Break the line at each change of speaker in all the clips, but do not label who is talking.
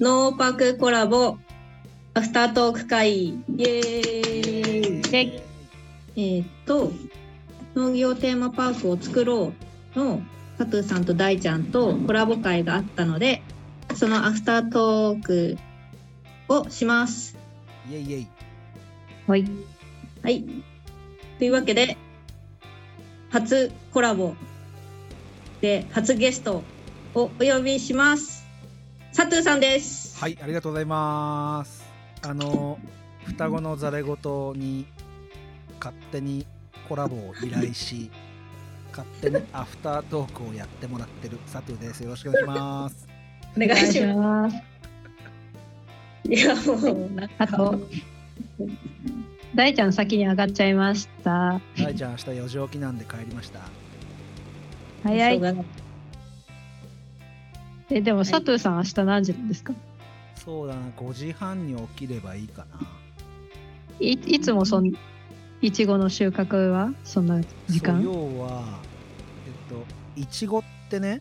ノーパクコラボアフタートーク会イエーイ
で
えーっと農業テーマパークを作ろうの佐藤さんと大ちゃんとコラボ会があったのでそのアフタートークをします
イエイイエイ。
はい
はいというわけで初コラボで初ゲストをお呼びします佐藤さんです
はい、ありがとうございます。あの、双子のざれ言に勝手にコラボを依頼し、 勝手にアフタートークをやってもらってる佐藤です。よろしくお願いします。
お願いします
ます
いやもう なんか
あと大ちゃん先に上がっちゃいました
大ちゃん、明日4時起きなんで帰りました。
早い
忙し
えでも佐藤さん明日何時なんですか
そうだな、5時半に起きればいいかな。
いいつもそんいちごの収穫はそんな時
そう
間
要は、えっと、いちごってね、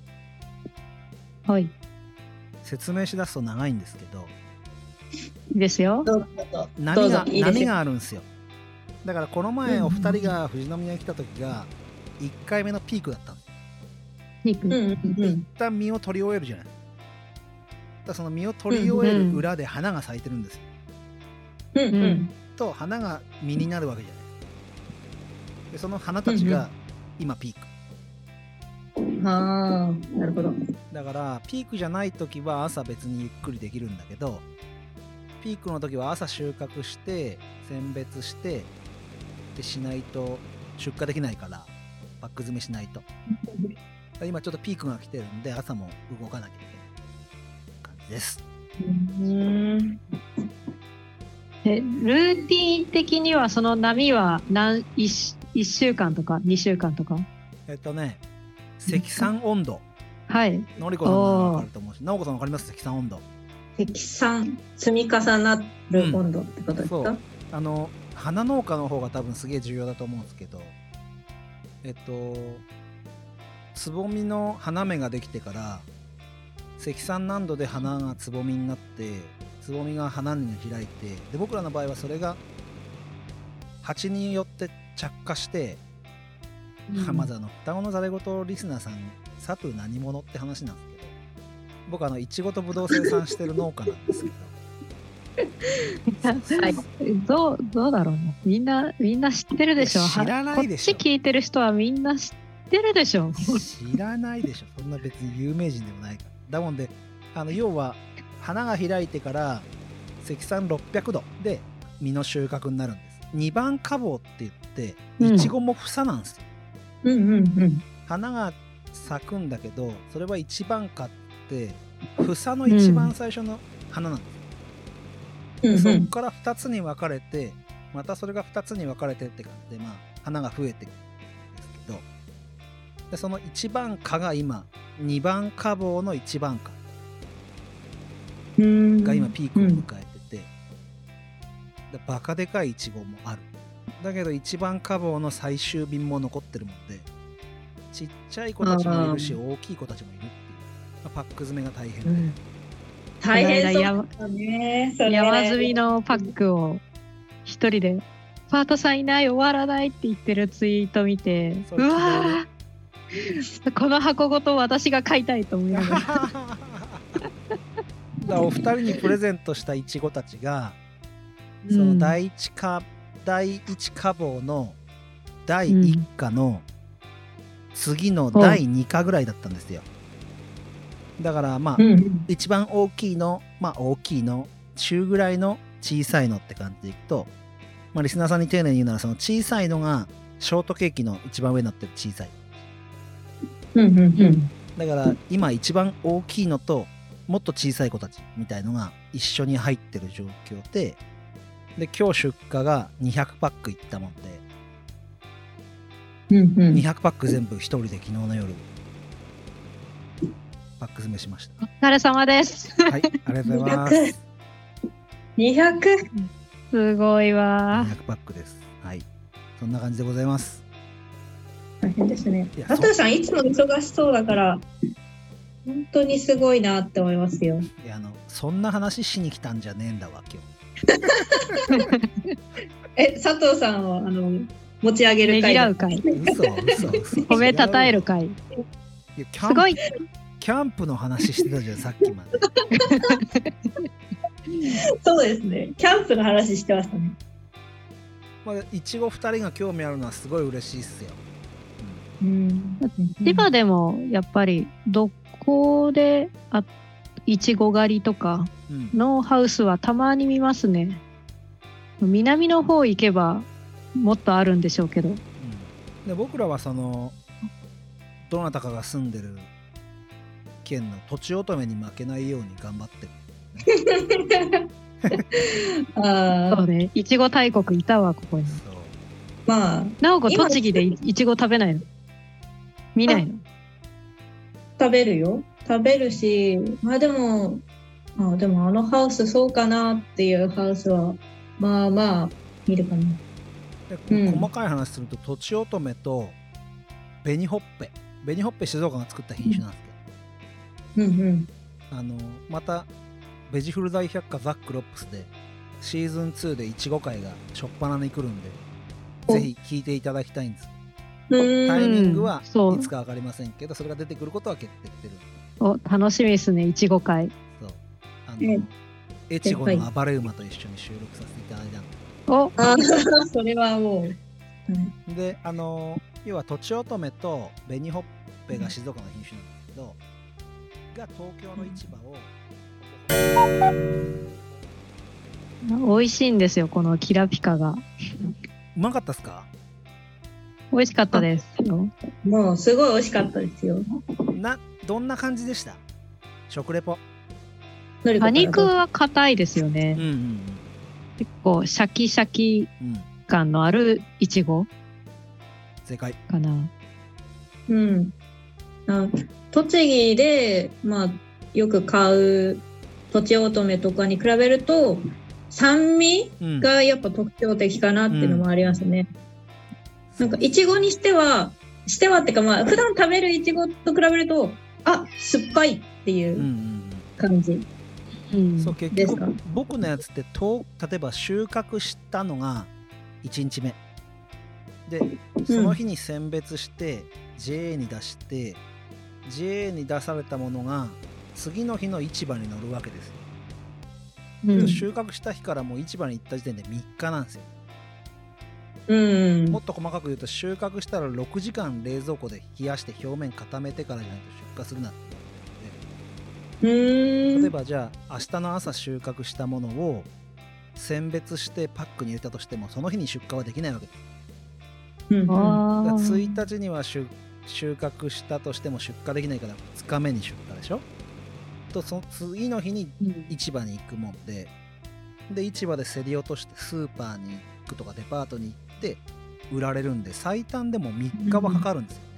はいい
説明しだすと長いんですけど、
いですよ
どうぞど
波
うぞ
が
いいです
波
よ
があるんですよだからこの前お二人が富士宮に来た時が1回目のピークだったの
ピーク
うんうんうん
一旦実を取り終えるじゃないだからその実を取り終える裏で花が咲いてるんですよ
うんうん
と花が実になるわけじゃないでその花たち
うんう
が今ピーク
ああ、なるほど。
だからピークじゃない時は朝別にゆっくりできるんだけどピークの時は朝収穫して選別してでしないと出荷できないからパック詰めしないとだから今ちょっとピークが来てるんで朝も動かなきゃいけない感じです
うん。
えルーティン的にはその波は何一一週間とか二週間とか
えっとね積算温度
はい
のりこさんならわかると思うしなおこさんわかります積算温度
積算、積み重なる温度ってことですか。
うんそうあの花農家の方が多分すげえ重要だと思うんですけどえっとつぼみの花芽ができてから積算難度で花がつぼみになってつぼみが花に開いてで僕らの場合はそれが鉢によって着火して浜田の双子のざれ言リスナーさん佐藤何者って話なんですけど僕あのいちごとぶどう生産してる農家なんですけどそうそうそう
どうどうだろうねみんなみんな知ってるでしょ
いや知らないでしょ
はこっち聞いてる人はみんな知ってるでしょ
知らないでしょそんな別に有名人でもないからだもんであの要は花が開いてから積算600度で実の収穫になるんです2番花房って言っ
う
て
ん
いちごも房なんですよ、
うんうん
花が咲くんだけどそれは1番花って房の一番最初の花なんです、
うん。うんう
そこ
ん。
から2つに分かれてまたそれが2つに分かれてって感じで、まあ、花が増えていくんですけどでその1番花が今2番花房の1番花
うん
が今ピークを迎えてて、でバカでかいイチゴもあるだけど1番花房の最終便も残ってるもんでちっちゃい子たちもいるし
あ
大きい子たちもいるっていう、まあパック詰めが大変で、
うん
大変そう
こ
だね。それ
の間
ね
山山積み。のパックを一人で「パートさんいない終わらない」って言ってるツイート見て
そうう昨日ね
わーこの箱ごと私が買いたいと思いな が
だ
ら
からお二人にプレゼントしたイチゴたちが、
うん
その第一か第一花房の第一花の次の第二花ぐらいだったんですよ、だからま
う
あ、
んうん。
一番大きいのまあ大きいの中ぐらいの小さいのって感じでいくと、まあ、リスナーさんに丁寧に言うならその小さいのがショートケーキの一番上になってる小さい
うんうんうん。
だから今一番大きいのともっと小さい子たちみたいのが一緒に入ってる状況でで今日出荷が200パックいったもんで
うんうん。
200パック全部一人で昨日の夜パック詰めしまし
お疲れ様です
たはいありがとうございます
二百。
すごいわ
200パックですはいそんな感じでございます
大変ですね
い。や
佐藤さんいつも忙しそうだから。本当にすごいなって思いますよ。
いやあのそんな話しに来たんじゃねえんだわ今
え、佐藤さんをあの持ち上げる
ねぎ
会
らう会
日嘘嘘嘘
褒めたたえる
い
会
やキャン
すごい
キャンプの話してたじゃんさっきまで
そうですね。キャンプの話してましたね。
まあいちご2人が興味あるのはすごい嬉しいっすよ、
うん。
千葉でもやっぱりどこであいちご狩りとか
うんうん
のハウスはたまに見ますね南の方行けばもっとあるんでしょうけど
うんで僕らはそのどなたかが住んでる県の土地乙女に負けないように頑張ってる
あ
そう
あ、
ねいちご大国いたわここに
そう
まあ
なおこ
今
栃木でいいちご食べないの見ないの
食べるよ。食べるし、まあでも、あでもあのハウスそうかなっていうハウスは、まあまあ見るかな。
で
うん
細かい話するととちおとめと紅ほっぺ紅ほっぺ静岡が作った品種なんです
うんうん。
けど、あのまたベジフル大百科ザックロップスでシーズン2でいちご会が初っ端に来るんで
お
ぜひ聞いていただきたいんです
うーん
タイミングは
うんそう
いつか分かりませんけどそれが出てくることは決定してる
お楽しみですねいちご会
そうあ
え
の越後の暴れ馬と一緒に収録させていただいたんで
お
あーそれはもう。うん
であの要はとちおとめと紅ほっぺが静岡の品種なんですけど、が東京の市場を、
美味しいんですよこのキラピカが
うまかったっすか
美味しかったですよ
もうすごい美味しかったですよ。
などんな感じでした食レポ
のりこ
果
から
肉は硬いですよ
うん
ね
うん
結構シャキシャキ
うんうん
感のあるいちご
正解
かな
うん。あ栃木で、まあ、よく買うとちおとめとかに比べると、酸味
うん
がやっぱ特徴的かなっていうのもありますね。なんか、いちごにしては、してはってか、まあ、普段食べるいちごと比べると、あ、酸っぱいってい
うんう
うん感じ。
う
う
んん、そう結
ですか
局僕のやつってと例えば収穫したのが1日目でその日に選別して JA に出して、JA に出されたものが次の日の市場に乗るわけですよ
うん
うん
収穫した日からもう市場に行った時点で3日なんですよ
うん
もっ。と細かく言うと収穫したら6時間冷蔵庫で冷やして表面固めてからじゃないと出荷するなっ
う
て例え
ーん。
ばじゃあ明日の朝収穫したものを選別してパックに入れたとしてもその日に出荷はできないわけです
うん
あ
だから
ー
1日には収収穫したとしても出荷できないから2日目に出荷でしょとその次の日に
うん
市場に行くもんでで市場で競り落としてスーパーに行くとかデパートに行って売られるんで最短でも3日はかかるんですよね、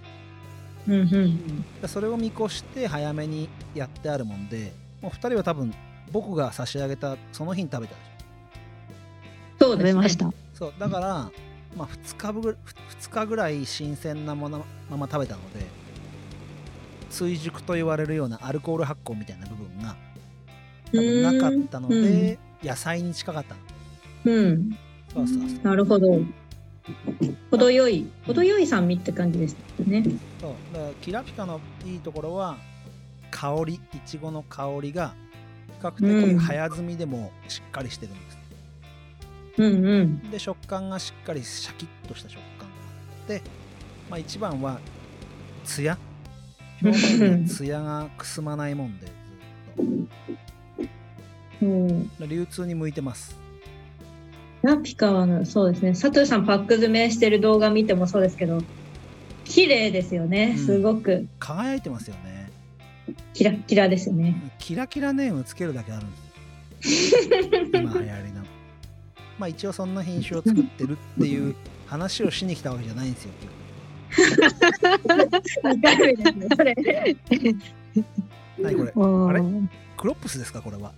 うんうん。
だからそれを見越して早めにやってあるもんでもう2人は多分僕が差し上げたその日に食べたでし
そう
食
で
べ
す
ま
ね
し。た
ょそうだから、まあ、2, 日ぶ2日ぐらい新鮮なものまま食べたので追熟と言われるようなアルコール発酵みたいな部分が多分なかったので、野菜に近かったの
うん。
そうそうそう
なるほど。程よい、程よい酸味って感じですね。
そうだからキラピカのいいところは香りいちごの香りが比較
うん
的早摘みでもしっかりしてるんです、
うんうん。
で食感がしっかりシャキッとした食感があって、まあ、一番はツヤ表面のツヤがくすまないもんでずっ
そう
と流通に向いてます
ラピカはねそうですね。佐藤さんパック詰めしてる動画見てもそうですけど、綺麗ですよね。
うん
すごく
輝いてますよね
キラッキラですよね。
キラキラネームつけるだけあるんですよ今流行りのまあ一応そんな品種を作ってるっていう話をしに来たわけじゃないんですよ今日
わかるですね。それ。
何これ
おー
あれクロップスですかこれは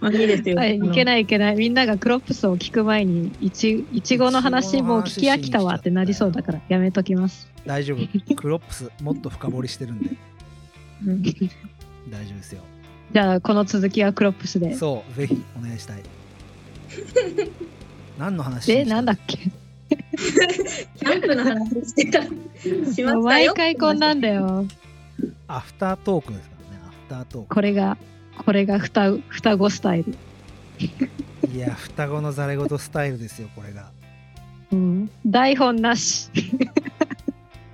マジですよ。
はい、いけないいけない。みんながクロップスを聞く前に、いち、いちごの話もう聞き飽きたわってなりそうだから、やめときます。
大丈夫クロップスもっと深掘りしてるんで
うん
大丈夫ですよ
じゃあ、この続きはクロップスで。
そうぜひお願いしたい 何の話
で、なんだっけ
キャンプの話してた。しましたよ。
毎回こんなんだ。よ。
アフタートークですからねアフタートーク
これが、これが双子双子スタイル。
いや双子のざれ言スタイルですよこれが
うん、台本なし。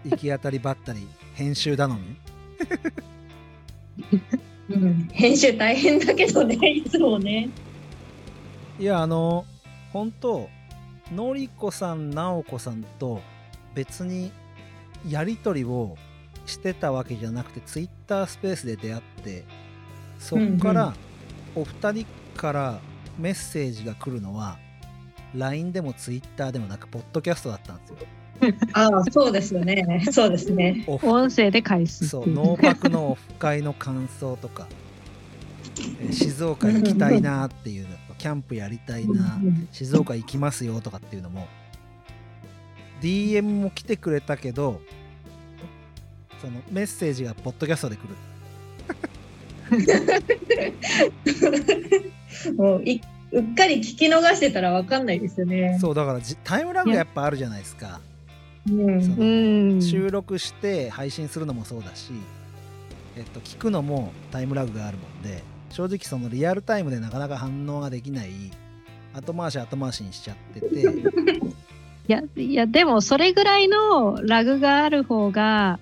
行き当たりばったり編集頼み
うん、編集大変だけどね、いつもね。
いやあの本当のりこさん直子さんと別にやり取りをしてたわけじゃなくてツイッタースペースで出会ってそっか
う
らお二人からメッセージが来るのは LINE でもツイッターでもなくポッドキャストだったんですよ。
ああ、そうですよね。そうですね。
オフ
音声で返す。
そう農泊のオフ会の感想とかえー静岡行きたいなっていうのとかキャンプやりたいな静岡行きますよとかっていうのも DM も来てくれたけどそのメッセージがポッドキャストで来る
もういうっかり聞き逃してたらわかんないですよね。
そうだからじタイムラグがやっぱあるじゃないですか、
うん
そう
うん。
収録して配信するのもそうだし、えっと、聞くのもタイムラグがあるもんで正直そのリアルタイムでなかなか反応ができない後回し後回しにしちゃって て
いや、いや、でも、それぐらいのラグがある方が、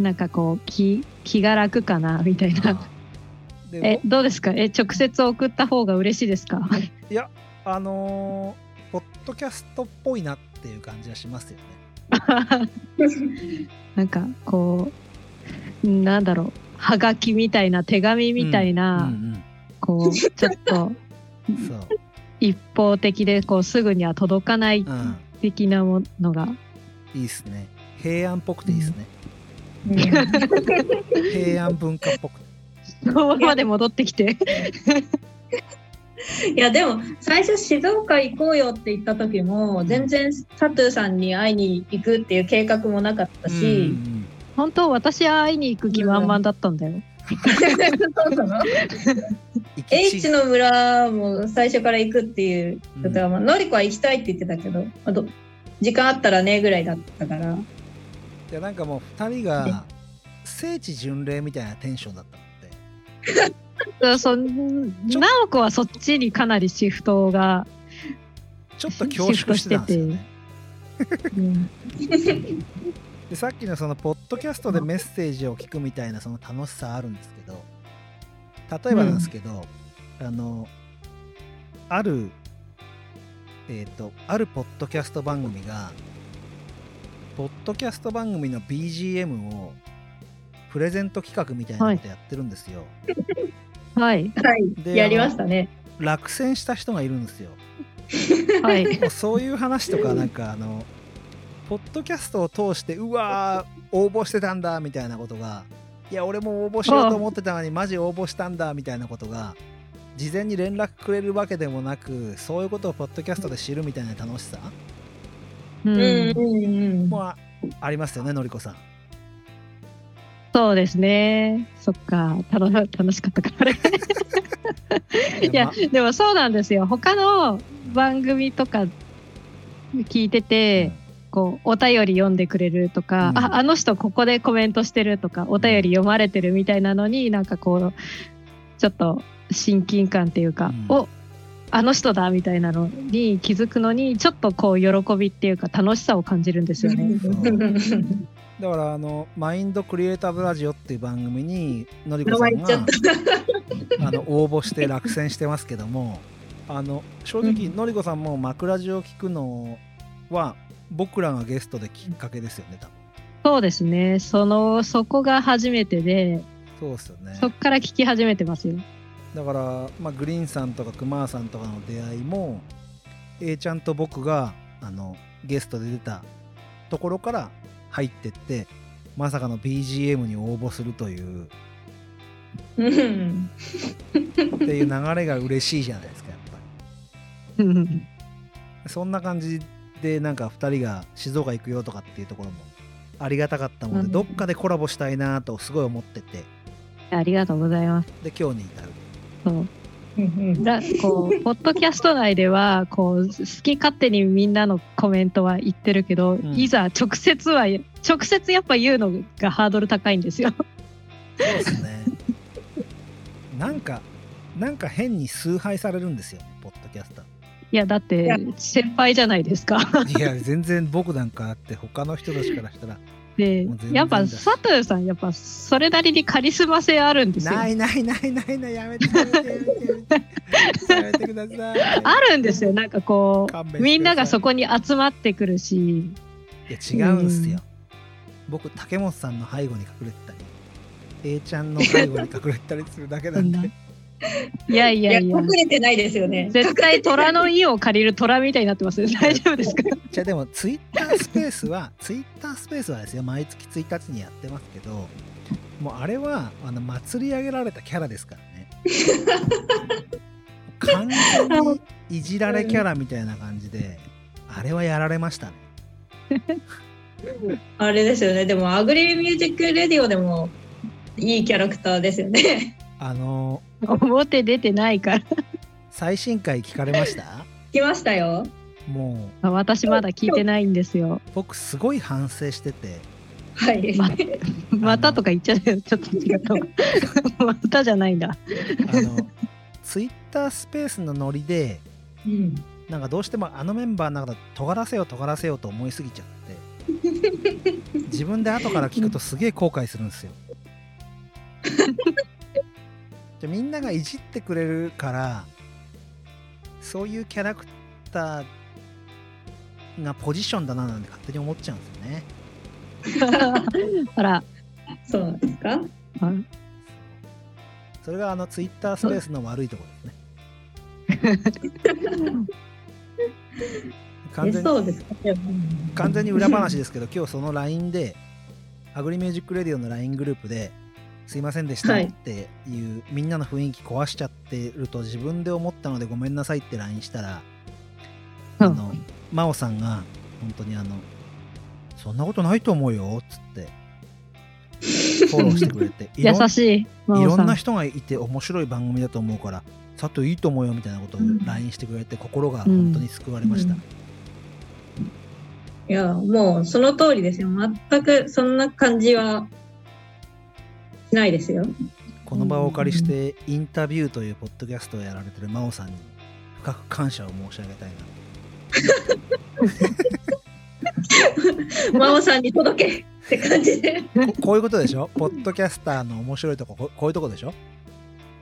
なんかこう、気、気が楽かな、みたいな。
あー
え
で、
どうですかえ、直接送った方が嬉しいですか
あのーポッドキャストっぽいなっていう感じはしますよね
なんか、こう、なんだろう、はがきみたいな、手紙みたいな、
うん
こう、ちょっと、
うんうん、そう
一方的で、こう、すぐには届かない
うん
的なものが。
いいっすね。平安っぽくていいっすね。
うん
平安文化っぽくて。
そのままで戻ってきて。
いやでも最初静岡行こうよって言った時も全然サトゥーさんに会いに行くっていう計画もなかった
う
し、
ん
本当、私は会いに行く気満々だったんだよ。
そうなの
行き
H の村も最初から行くっていう
う
だ
ん
からまあのりこは行きたいって言ってたけどあと時間あったらねぐらいだったから
いやなんかもう二人が聖地巡礼みたいなテンションだったので、
そうそん
ちょ
なおこはそっちにかなりシフトが
ちょっと恐縮してたんですよね。
うん
でさっきのそのポッドキャストでメッセージを聞くみたいなその楽しさあるんですけど例えばなんですけど、あのあるえっ、とあるポッドキャスト番組がポッドキャスト番組の BGM をプレゼント企画みたいなことやってるんですよ、
はい
はい
で
やりましたね
落選した人がいるんですよ
はい
もうそういう話とかなんかあのポッドキャストを通してうわー応募してたんだみたいなことがいや俺も応募しようと思ってたのにマジ応募したんだみたいなことが事前に連絡くれるわけでもなくそういうことをポッドキャストで知るみたいな楽しさ
う
うん
ん
うんうん
もあありますよねのりこさん
そうですねそっか楽楽しかったからあれいや
ま
でもそうなんですよ他の番組とか聞いててこうお便り読んでくれるとか、
うん
ああの人ここでコメントしてるとかお便り読まれてるみたいなのになんかこうちょっと親近感っていうか、
うん
おあの人だみたいなのに気づくのにちょっとこう喜びっていうか楽しさを感じるんですよね。
だからあのマインドクリエイタブラジオっていう番組にのりこ
名
さ
前
ん
言っちゃ
が
っ
あの応募して落選してますけどもあの正直
う
のりこさんも枕地を聞くのは僕らがゲストできっかけですよね多分
そうですねそのそこが初めてで
そうですよね
そこから聞き始めてますよ。
だから、まあ、グリーンさんとかクマーさんとかの出会いも A ちゃんと僕があのゲストで出たところから入ってってまさかの BGM に応募するという
うん
っていう流れが嬉しいじゃないですかやっぱ
うん
りそんな感じでなんか2人が静岡行くよとかっていうところもありがたかったもんで、
うん
どっかでコラボしたいなとすごい思ってて
ありがとうございます。
で今日に至る
そう
うん
だこうポッドキャスト内ではこう好き勝手にみんなのコメントは言ってるけど、
ん
いざ直接は直接やっぱ言うのがハードル高いんですよ。
そうですねなんかなんか変に崇拝されるんですよねポッドキャスター
いやだっ
い
て
や
先輩じゃないですか。
いや全然僕なんかあって他の人たちからしたら
で
もう全然だ
やっぱ佐藤さんやっぱそれなりにカリスマ性あるんですよ。
ないないないないないやめてやめてやめてやめてやめてください
あるんですよなんかこ
勘弁してくだ
う
さい
みんながそこに集まってくるし
いや違うんすよ、僕竹本さんの背後に隠れてたり A ちゃんの背後に隠れてたりするだけなんで
いやい
いや
やい
隠
や
れてないですよね。
絶対虎の家を借りる虎みたいになってますよ大丈夫ですか
じゃあでもツイッタースペースは ツイッタースペースはですよ毎月1日にやってますけどもうあれはあの祭り上げられたキャラですから ね完全にいじられキャラみたいな感じであれはやられましたね
あれですよね。でもアグリミュージックレディオでもいいキャラクターですよね。
あの
表出てないから
最新回聞かれました
来ましたよ。
も
あ私まだ聞いてないんですよ。
う僕すごい反省してて
はい。
ままたとか言っちゃうよ。ちょっと違 う。またじゃないんだ。
あのツイッタースペースのノリで
うん。
なんかどうしてもあのメンバーの中で尖らせよう尖らせようと思いすぎちゃって自分で後から聞くとすげえ後悔するんですよ。じゃあみんながいじってくれるからそういうキャラクターがポジションだななんて勝手に思っちゃうんですよね。
あら、
そうなんですか。
あ
それがあのツイッタースペースの悪いところですね。完
え
全に
そうですか。
完全に裏話ですけど、今日その LINE で、アグリミュージックレディオの LINE グループで、すいませんでした
はい
っていう、みんなの雰囲気壊しちゃってると自分で思ったのでごめんなさいって LINE したら、
うん
あの、真央さんが、本当にあの、そんなことないと思うよ、つって、フォローしてくれて、いろん
優しい。
い
真央
ろ
さ
んな人がいて面白い番組だと思うから、佐藤いいと思うよみたいなことを
うん
LINE してくれて、心が本当に救われました。
うんいや、もうその通りですよ。全くそんな感じはしないですよ。
この場をお借りして、インタビューというポッドキャストをやられてる真央さんに深く感謝を申し上げたいな。
真央さんに届けって感じで。
ここういうことでしょポッドキャスターの面白いとここ、こういうとこでしょ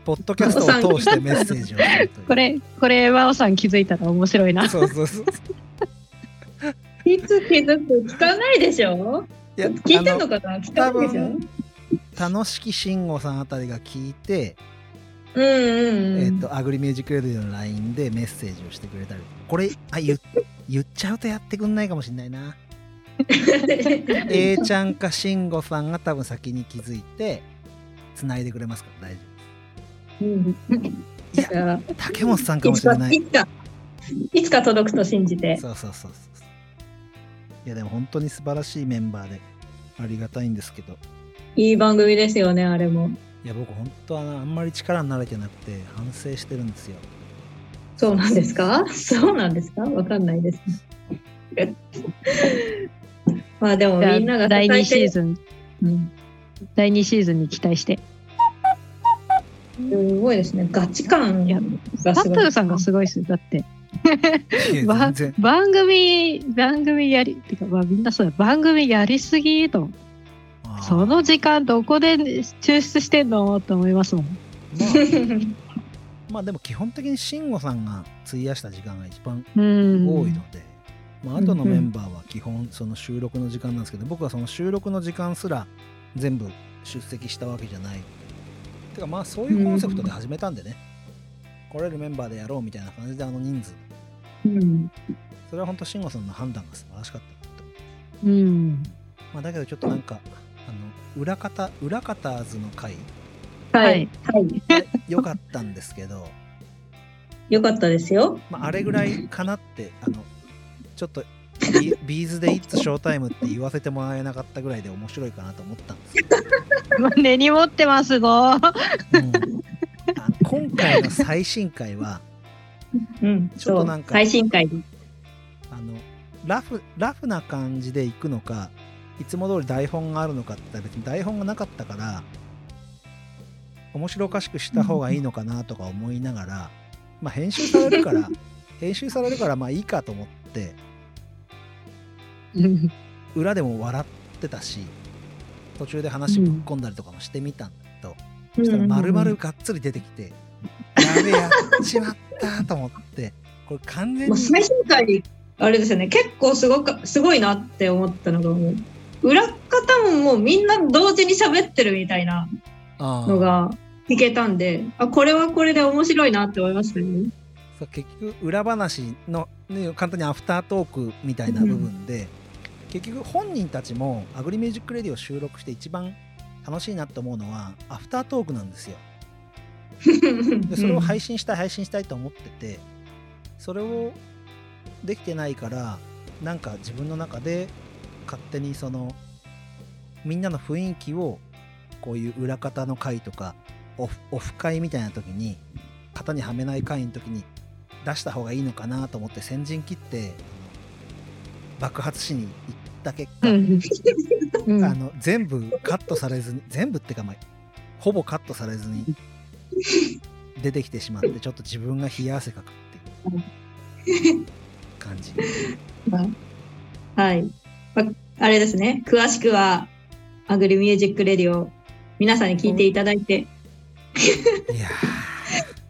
ポッドキャストを通してメッセージをするという。
これ、これ、真央さん気づいたら面白いな。
そうそうそう。
いつ気づく聞かないでしょ
いや
聞いてんのかな聞か
多
ないでしょ
分、楽しき慎吾さんあたりが聞いて、
うんうんうん。
えっと、アグリミュージックレディオの LINE でメッセージをしてくれたり、これ、あ、言っ言っちゃうとやってくんないかもしんないな。A ちゃんか慎吾さんが多分先に気づいて、繋いでくれますから大丈
うん
夫。いや、
ゃあ
竹本さんか
い
も
つ
しれ
か
な い
い。つかいつか届くと信じて。
そうそうそうそう。いや、でも本当に素晴らしいメンバーで、ありがたいんですけど、
いい番組ですよね、あれも。
いや、僕本当あのあんまり力になれてなくて、反省してるんですよ。
そうなんですかそうなんですかわかんないです。 まあでも
じゃあ
みんなが
第2
支え
シ
て
ーズン、
うん
第2シーズンに期待して。
すごいですね。ガチ感
いや
が
パ
す
ッ
ご
ト
い。
ゥさんがすごいです。だって、
いや
ば
全然。
番組、番組やり、てか、まあ、みんなそうだ、番組やりすぎと思う。
あー
その時間どこで抽出してんのと思いますもん。
まあまあでも基本的に慎吾さんが費やした時間が一番
うん。
多いので、まあ後のメンバーは基本その収録の時間なんですけど、僕はその収録の時間すら全部出席したわけじゃないてかまあそういうコンセプトで始めたんでね、来れるメンバーでやろうみたいな感じであの人数
うん
それは本当慎吾さんの判断が素晴らしかったなと、
うん。
まあ、だけどちょっとなんかあの裏方裏方ーズの回
は
はい
い。はい。
良かったんですけど、
よかったですよ。
まあ、あれぐらいかなってあのちょっとビビーズで「イッツショータイム」って言わせてもらえなかったぐらいで面白いかなと思ったんですけど、
根に持ってますご ー。
うんあの今回の最新回は
うん。
ちょっとなん
そう
か
最新回で。
あのラフラフな感じで行くのかいつも通り台本があるのかって言ったら別に台本がなかったから面白おかしくした方がいいのかなとか思いながら、まあ編集されるから編集されるからまあいいかと思って
うん
裏でも笑ってたし途中で話ぶっ込んだりとかもしてみたんだけど、
う
そしたら
ん
丸々がっつり出てきて、やべえやっちまったと思ってこれ完全
もう
に
最新回あれですよね結構すごくすごいなって思ったのがもう裏方ももうみんな同時に喋ってるみたいな
あー
のが聞けたんであこれはこれで面白いなって思いましたね。
そう結局裏話の、ね、簡単にアフタートークみたいな部分で、結局本人たちもアグリミュージックレディを収録して一番楽しいなと思うのはアフタートークなんですよ でそれを配信したい配信したいと思っててそれをできてないからなんか自分の中で勝手にそのみんなの雰囲気をこういう裏方の回とかオフオフ会みたいな時に型にはめない回の時に出した方がいいのかなと思って先陣切ってあの爆発しに行った結果、
うん
あの全部カットされずに全部ってかまあほぼカットされず に出てきてしまってちょっと自分が冷や汗かくっていう感 じ
はい、まあれですね詳しくは「アグリミュージック・レディオ」皆さんに聞いていただいて
いや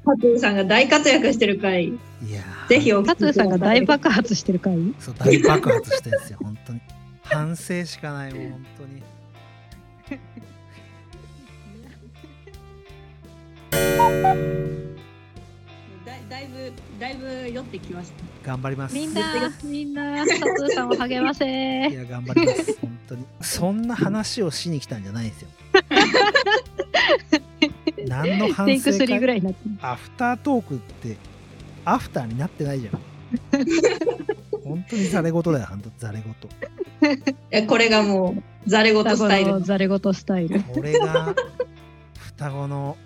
加藤さんが大活躍してる回
ーいやー
ぜひお聞き
カ
くだ
ツー
さ
さ
い
んが大爆発してるかい
そう大爆発してるんですよ本当に反省しかないもう本当に
だだいぶだいぶ酔ってきました。
頑張ります
みんな、 みんな、カツーさんを励ま
い
せ。
や頑張ります本当にそんな話をしに来たんじゃないんです よ何の反
テイク
省
3ぐ
から
いになってる。
アフタートークってアフターになってないじゃん本当にざれ言だよ本当ざれ言
えこれがもうざれ言スタイル
双子のざれ言スタイル。
これが双子の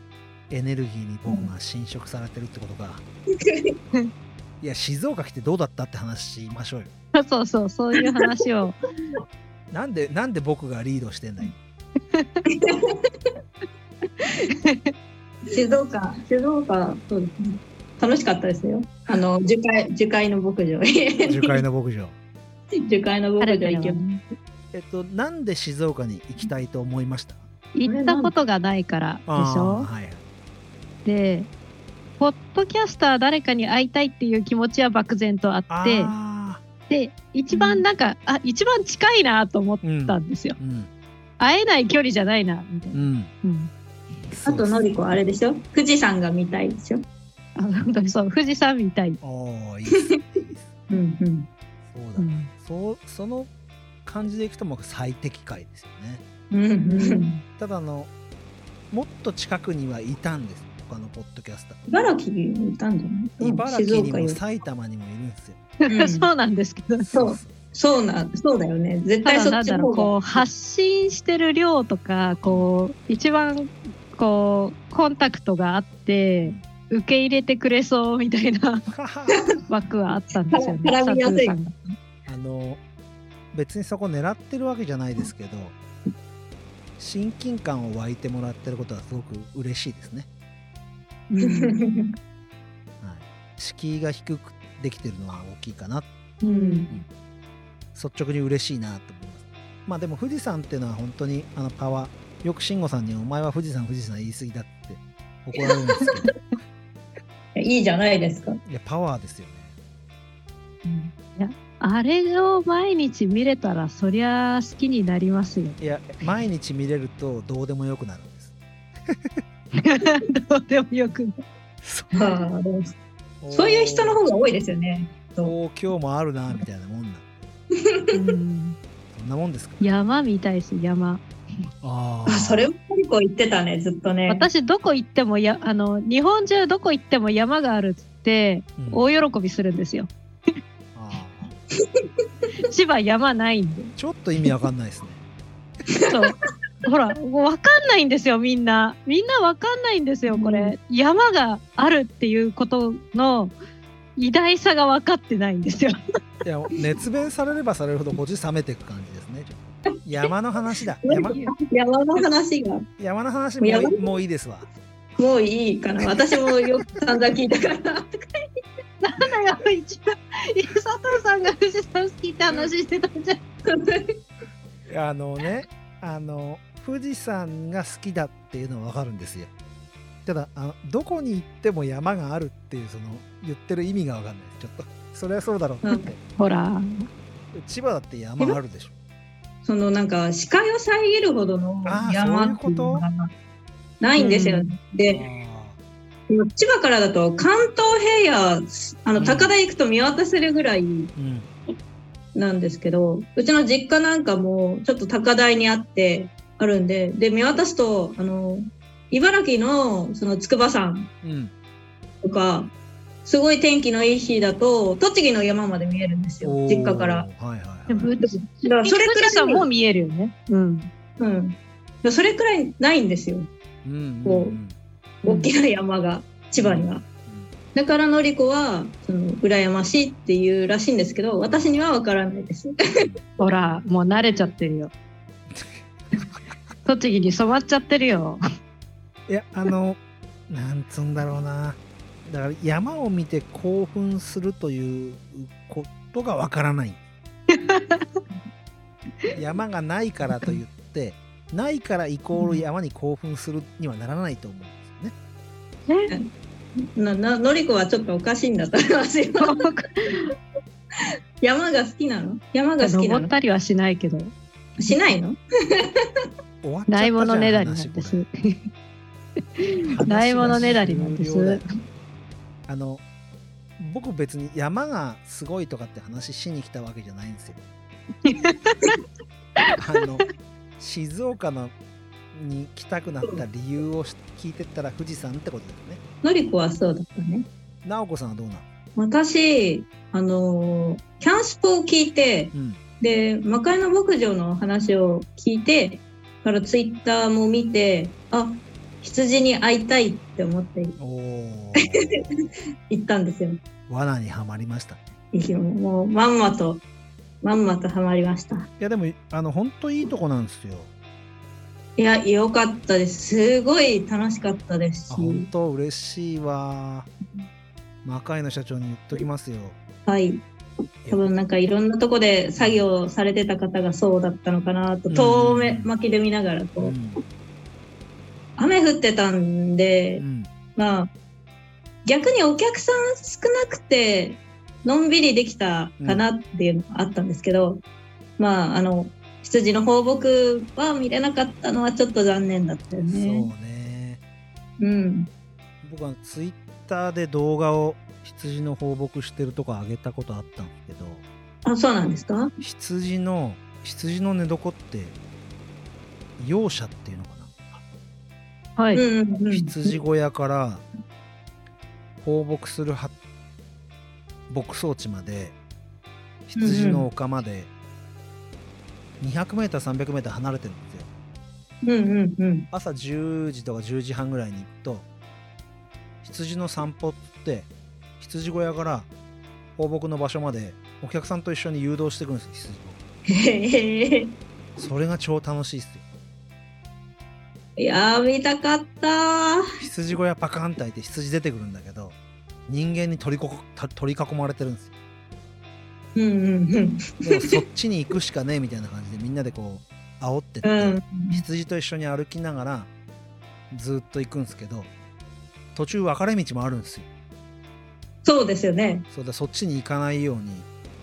エネルギーに僕が侵食されてるってことかいや静岡来てどうだったって話しましょうよ
そうそう、そういう話 を。
なんでなんで僕がリードしてんだよ
静岡、静岡、そうですね。楽しかったですよ。あの、樹海、樹海の牧場。
樹海の牧場
樹海の牧場行きま
行
えっとなんで静岡に行きたいと思いました
ったことがないからでし
あー
ょ
はい
で、ポッドキャスター誰かに会いたいっていう気持ちは漠然とあって、
あ
で、一番なんか、あ、一番近いなと思っ
ーうん
たんですよ。
うん
会えない距離じゃないな、みたいうな。
ん
うん
す。あと、のりこ、あれでしょ富士山が見たいでしょ
あ本当にそう、富士山みたい。
おーいいっすねいいっす
うんうん。
そうだ、
うん
そうその感じでいくともう最適解ですよね
うんうん。
ただあのもっと近くにはいたんです他のポッドキャスタ
茨城にいたんじゃな
ー
い
茨城に
うん
も
静岡
埼玉にもいるんですよ、
よ
そうなんですけど、
そうそうな、そうだよね。絶
た
対
だ
そ
な
っ
ん
ち
だ
の
ろう、こ
方
う、
が。
発信してる量とか、こう、一番、こう、コンタクトがあって、受け入れてくれそうみたいな 枠はあったんですよね。
絡みやすい
サトゥーさんが
あの別にそこ狙ってるわけじゃないですけど親近感を湧いてもらってることはすごく嬉しいですね、はい、敷居が低くできてるのは大きいかな
う
う
んん。
率直に嬉しいなと思いますまあでも富士山っていうのは本当にあのパワーよく慎吾さんに「お前は富士山富士山言い過ぎだ」って怒られるんですけど
いいじゃないですか。
いやパワーですよね
いやあれを毎日見れたら、そりゃ好きになりますよ。
いや毎日見れるとどうでもよくなるんです
どうでもよくない。
ああでもそういう人の方が多いですよね。
おー今日もあるなみたいなもんなん
うん
そんなもんですか
山みたいです、山。
あ
あ、それを乗り越構行ってたね、ずっとね。
私どこ行ってもやあの日本中どこ行っても山があるっつって
うん
大喜びするんですよ。
あ
千葉山ないんで。
ーちょっと意味わかんないですね。
そう ほらもうわかんないんですよみんなみんなわかんないんですよこれ、山があるっていうことの偉大さが分かってないんですよ
いや熱弁されればされるほどこっち冷めていく感じですね。ちょっと山の話だ。山
山の話が
山の話もうい
山
もういいですわ。
もういいかな。私もよく散々聞いたから。
なんだよ一番佐藤さんが富士山好きって話してたんじゃん
いやあのねあの富士山が好きだっていうのはわかるんですよただあのどこに行っても山があるっていうその言ってる意味がわかんないちょっとそれはそうだろうなって、
ほら
千葉だって山あるでしょ
そのなんか視界を遮るほどの
あー
山っていうのがないんですよ、
う
ねで千葉からだと関東平野あ
う
の
ん
高台行くと見渡せるぐらい
うん
なんですけど、うちの実家なんかもちょっと高台にあってあるんでで見渡すとあの茨城のその筑波山
うん
とかすごい天気のいい日だと栃木の山まで見えるんですよ
おー
実家から。
はいはい、
で
はい、
も
だからそれく
富
ら
士
い
山も見えるよねうん
うん、それくらいないんですよ
うんうん
こう
うん
大きな山が、千葉には。だからのりこはその羨ましいっていうらしいんですけど私には分からないです。
ほらもう慣れちゃってる よ栃木に染まっちゃってるよ
いやあの なんつうんだろうなだから山を見て興奮するということがわから ない山がないからと言ってないからイコール山に興奮するにはならないと思うんですよね。
ななのりこはちょっとおかしいんだと思いますよ。 山が好きなの山が好きな
登っ
の
たりはしないけど
しないの
終わっちゃったじゃん
ないものねだりな
話
ん
こ
で
れ
す。
話が
ないものねだりなんです
終了だよ あの僕別に山がすごいとかって話しに来たわけじゃないん ですよ。あの静岡のに来たくなった理由を聞いてったら富士山ってことだよね。
のりこはそうだったね。
直子さんはどうなの、
私あのーキャンスポを聞いて
うん、
で魔界の牧場の話を聞いてからツイッターも見てあ羊に会いたいって思って
おお
行ったんですよ。
罠にはまりました。い
いいよもうまんまとまんまとハマりました
やでもあの本当いいとこなんですよ。
いや良かったですすごい楽しかったですし
あ本当嬉しいわ。魔界の社長に言っときますよ。
はい多分なんかいろんなとこで作業されてた方がそうだったのかなと
うん
遠目巻きで見ながらこ
う
う、
ん
雨降ってたん
う
で、
ん
まあ逆にお客さん少なくてのんびりできたかなっていうのがあったんですけど、まああの羊の放牧は見れなかったのはちょっと残念だったよ
そう
ね。
ね。
うん
僕はツイッターで動画を羊の放牧してるとこ上げたことあったんですけど
あ、そうなんですか。
羊の羊の寝床って容赦っていうのか
は
う
い。
んうんう
な、
ん。
羊小屋から放牧するは牧草地まで羊の丘まで 200m300m 離れてるんですよ
うんうんうん。
朝10時とか10時半ぐらいに行くと羊の散歩って羊小屋から放牧の場所までお客さんと一緒に誘導していくんですよ羊
へへ
をそれが超楽しいっすよ
へいやー、見たかったー。
羊小屋パカンって開いて羊出てくるんだけど人間に取りこた取り囲まれてるんですよ
うんうんうん。
でもそっちに行くしかねえみたいな感じでみんなでこう煽ってって、
うん。
羊と一緒に歩きながらずっと行くんですけど途中分かれ道もあるんですよ
そうですよね。
そうだそっちに行かないように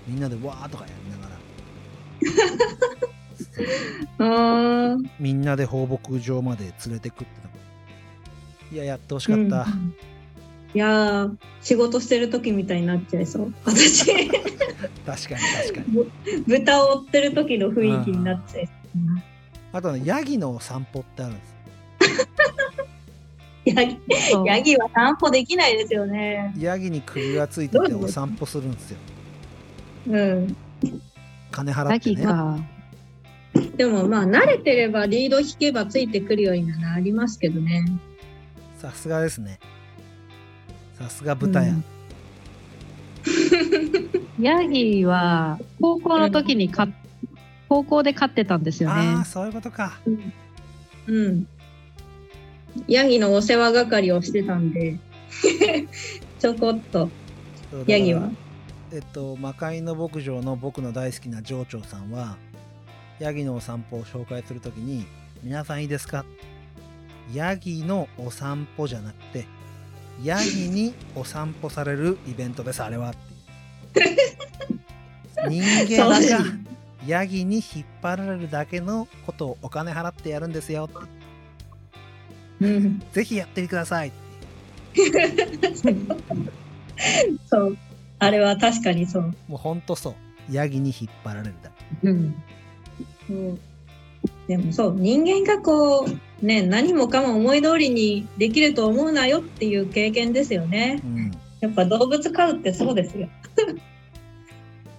みんなでわーとかやりながらそう
うーん。
みんなで放牧場まで連れてくってのいややってほしかった、
うんいやー、仕事してる時みたいになっちゃいそう。私、
確かに確かに
豚を追ってる時の雰囲気になっちゃいそ
あとねヤギの散歩ってあるんですよ
ヤギ
そう
ヤギは散歩できないですよね。
ヤギに首がついててお散歩するんですよ
うん。
金払
ヤ
って
ギ
ね
か。
でもまあ慣れてればリード引けばついてくるようにはなりますけどね。
さすがですねさすが豚や、
うんヤギは高校の時にか高校で飼ってたんですよ
あ
ね
あ。そういうことか
うん。ヤギのお世話係をしてたんで、 ちょこっと
そうだから
ヤギは。
えっと魔界の牧場の僕の大好きな上長さんはヤギのお散歩を紹介するときに「皆さんいいですか?」ヤギのお散歩じゃなくてヤギにお散歩されるイベントですあ れはっていう人間
そ
が
うです
ヤギに引っ張られるだけのことをお金払ってやるんですよって
うん。
ぜひやってみてくださいって
そう。あれは確かにそう。
もうほんとそうヤギに引っ張られるだけ
うん。
うんでもそう、人間がこう、ね、何もかも思い通りにできると思うなよっていう経験ですよね。
うん
やっぱ動物飼うってそうですよ。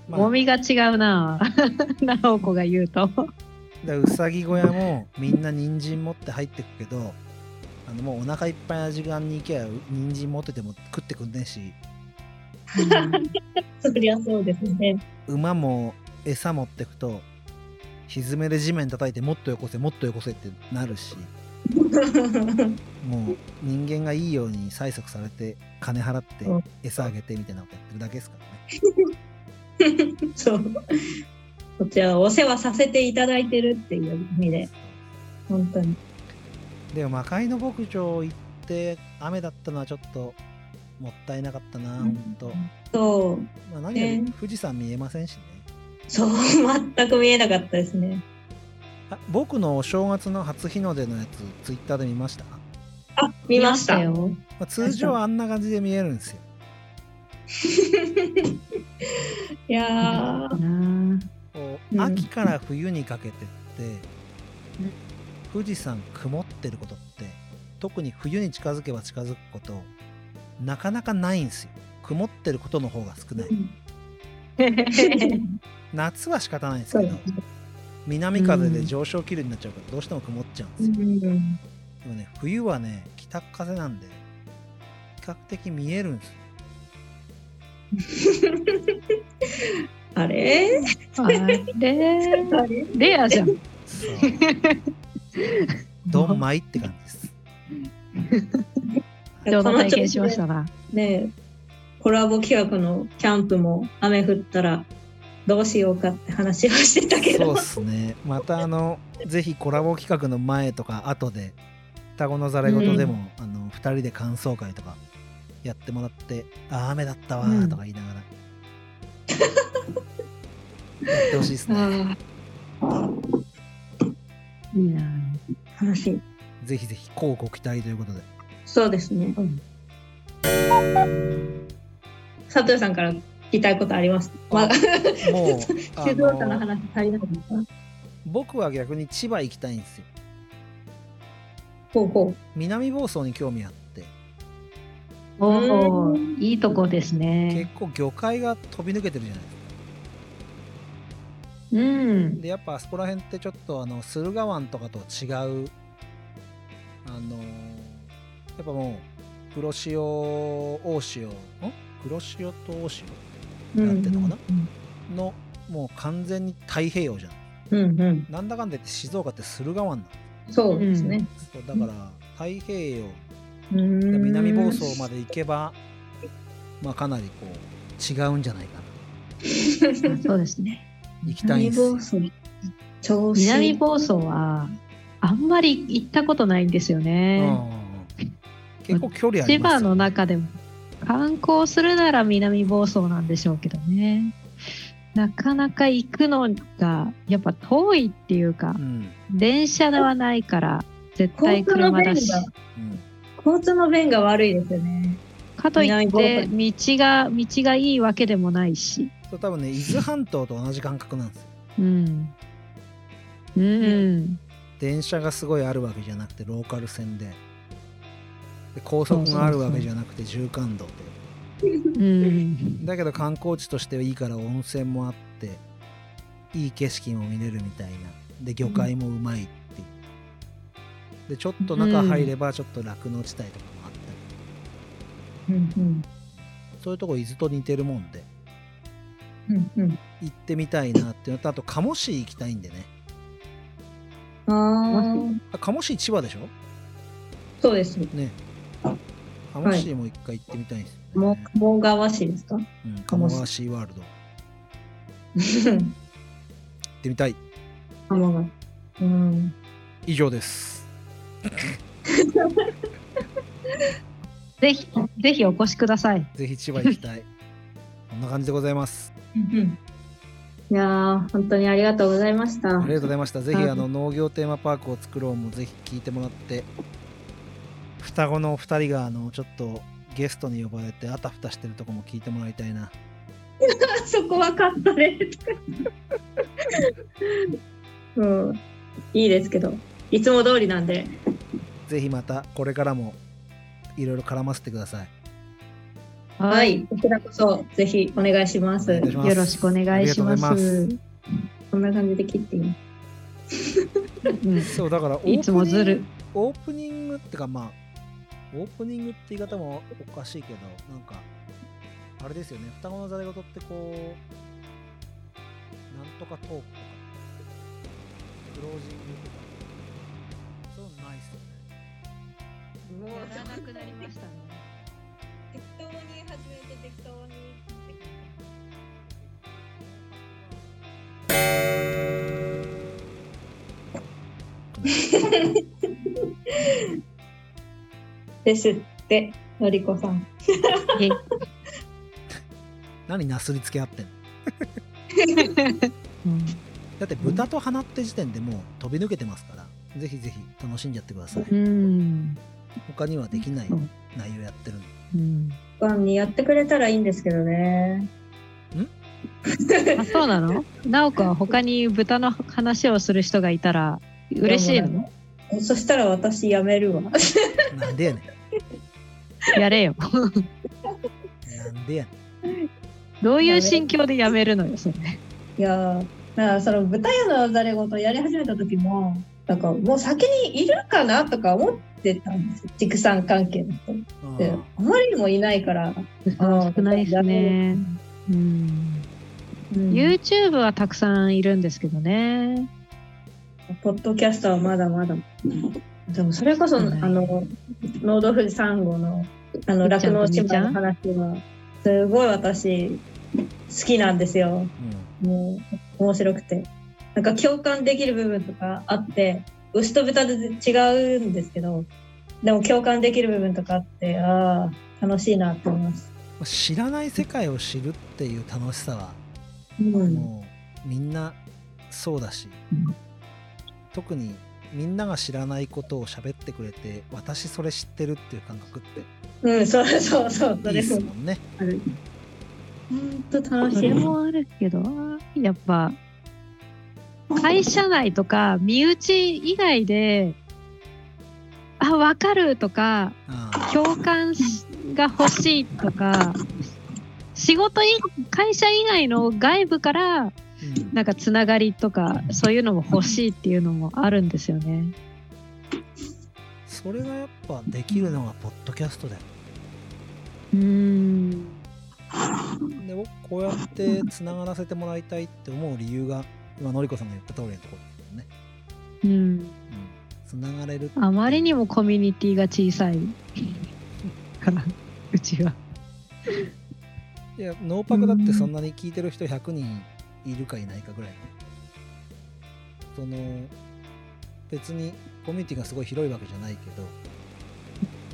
まあ
ゴミが違うな。 なおこが言うと。
だからうさぎ小屋もみんな人参持って入ってくけどあのもうお腹いっぱいな時間に行けば人参持ってても食ってくんねえし
そりゃそうですね。
馬も餌持ってくとひずめで地面叩いてもっとよこせもっとよこせってなるしもう人間がいいように催促されて金払って
うん
餌あげてみたいなことやってるだけですからね
そう。こちらお世話させていただいてるっていう意味で、本当に。
でも魔界の牧場行って雨だったのはちょっともったいなかったな、ほんと、
そう。
まあ、何より
ね
富士山見えませんしね
そう、 全く見えなかったですね。
あ僕のお正月の初日の出のやつツイッターで見ました、ま
あ、見ました。
よ。
あ通常はあんな感じで見えるんですよ
いや
な
こ
う
うん秋から冬にかけてって、富士山曇ってることって特に冬に近づけば近づくことなかなかないんですよ曇ってることの方が少ない
ー。
あ
夏は仕方ないんですけど
そう
南風で上昇気流になっちゃうからどうしても曇っちゃうん ですよ、
うん
でもね冬はね北風なんで比較的見えるんですよ
あれ
れ
あれ
レアじゃん。
そうドンマイって感じです
ちょうど体験しましたな。
ねコラボ企画のキャンプも雨降ったらどうしようかって話をしてたけ
そう
ど
っすね。またあの、ぜひコラボ企画の前とか後で、双子のざれ言でも、あの、二人で感想会とかやってもらって、あ、雨だったわーとか言いながら。やってほしいですね。
あーいいな。
話
ぜひぜひ、こうご期待ということで。
そうですね、
うん
佐藤さんから聞きたいことありますま
もう、あ
静岡の
の、
話足りなかった
僕は逆に千葉行きたいんですよ。
ほうほ
南房総に興味あって、
おお
う、ん
いいとこです
結
ね。
構魚介が飛び抜けてるじゃないですか。
うん。
でやっぱあそこら辺ってちょっとあの駿河湾とかと違うあのーやっぱもう黒潮大潮ん黒潮と大潮
う
なんていうのかなのもう完全に太平洋じゃん
うんうん
なんだかんだ言って静岡って駿河湾なん
そうですね、
ですよだから太平洋
うん、
南房総まで行けばまあかなりこう違うんじゃないかな
そうですね。
行きたいんです
南
よ
房総調子
南房総はあんまり行ったことないんですよ
うんうん
ね。
うん結構距離あり
千
ますよ
葉の中でも観光するなら南房総なんでしょうけどね。なかなか行くのがやっぱ遠いっていうか
う、ん
電車ではないから絶対
交通の
車
便
だし
が
うん
交通の便が悪いですよね
かといっ
南房
て
総
道が道がいいわけでもないし
そう多分ね伊豆半島と同じ感覚なんですよ
うんうん
電車がすごいあるわけじゃなくてローカル線でで高速があるわけじゃなくて縦貫道で
うん。
だけど観光地としてはいいから温泉もあっていい景色も見れるみたいなで魚介もうまいっていうでちょっと中入ればちょっと酪農地帯とかもあったり
うん
そういうとこ伊豆と似てるもんで
うんうん
行ってみたいなっていうのとあと鴨市行きたいんでね
うん。ああ、
あ鴨市千葉でしょ
そうです。
ね鴨市も一回行ってみたいんですよね、
も鴨川市ですか？
うん、鴨川シーワールド行ってみたい
鴨川。うん。
以上です
ぜひ、ぜひお越しください。
ぜひ千葉行きた いこんな感じでございます
うんいやー本当にありがとうございました。
ありが
は
とうございましたぜひ
はい
あの農業テーマパークを作ろうもぜひ聞いてもらって双子のお二人があのちょっとゲストに呼ばれてあたふたしてるとこも聞いてもらいたいな
そこはカットで。うん、いいですけど、いつも通りなんで。
ぜひまたこれからもいろいろ絡ませてください
は。い、こちらこそぜひお願いします。
お願いします
よろしくお願いしま
ありがとうござい
す。
こんな感じで切っていい。
うん
そうだからオープニング
いつもずる。
オープニングってかまあオープニングって言い方もおかしいけどなんかあれですよね双子のざれ言ってこうなんとかトークとかクロージングとかそういうのないっすよね
も
やらなくなりましたね。
適当に始めて適当に。ですって、のりこさん。
え
何なすりつけ合ってんの
うん
だって豚と鼻って時点でもう飛び抜けてますからぜひぜひ楽しんじゃってください
うん。
他にはできない
うん
内容やってるんで
うん。
ワンにやってくれたらいいんですけどね。
あ、そうなの。なおくんは他に豚の話をする人がいたら。嬉しいの。
えそしたら私やめるわ。
なんでやね
やれよ。
んなんでやね
どういう心境でやめるのよ、それ。
いやーだからその豚屋のざれ言やり始めた時もなんかもう先にいるかなとか思ってたんですよ畜産関係の人っ
ん
て
うん
あまりにもいないからあー
少ないですね。うん。
うん、
YouTube はたくさんいるんですけどね。
ポッドキャストはまだまだでもそれこそ、
うん
あの農道富士山号のあの
みっちゃ
酪農
んとみー
島
ちゃん
の話はすごい私好きなんですよもう面白くてなんか共感できる部分とかあって牛と豚で違うんですけどでも共感できる部分とかあってああ楽しいなって思います。
知らない世界を知るっていう楽しさは
うん、
もうみんなそうだし、
うん
特にみんなが知らないことを喋ってくれて私それ知ってるっていう感覚って
うん、そうそうそうそ
いい
れ
で
も
すもんね
ある。本当楽
そ
しい
れ。もあるけど、やっぱ、会社内とか、身内以外で、あ、わかるとか、
あ
共感しが欲しいとか、仕事い、会社以外の外部から、
ー、うん
なんかつながりとか、そういうのも欲しいっていうのもあるんですよね。
それがやっぱできるのがポッドキャストだよ
うん。
で僕こうやってつながらせてもらいたいって思う理由が今のりこさんが言った通りのところですよね
うん。
つな、繋がれる
あまりにもコミュニティが小さいから、うちは。
いやノーパクだってそんなに聞いてる人100人いるかいないかぐらいその別にコミュニティがすごい広いわけじゃないけど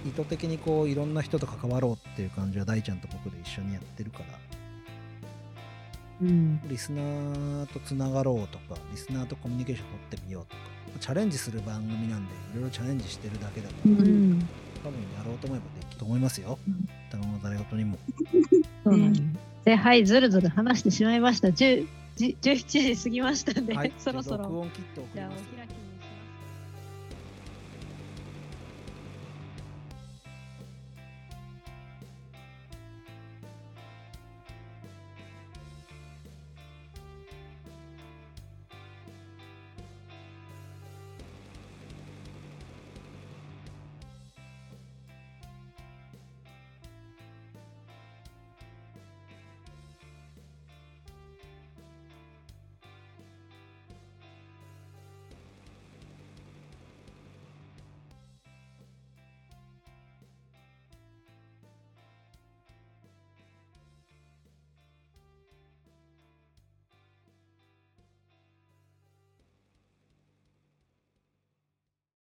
意図的にこういろんな人と関わろうっていう感じは大ちゃんと僕で一緒にやってるから
うん。
リスナーとつながろうとかリスナーとコミュニケーション取ってみようとかチャレンジする番組なんでいろいろチャレンジしてるだけだから
うん。
多分やろうと思えばできると思いますよ頼む誰事にも
そうなんですで、はい、ずるずる話してしまいました。10、じ17時過ぎましたんで、
はい
そろそろ。
録音切って送
じ
り
ゃあ、
ます
お開きに。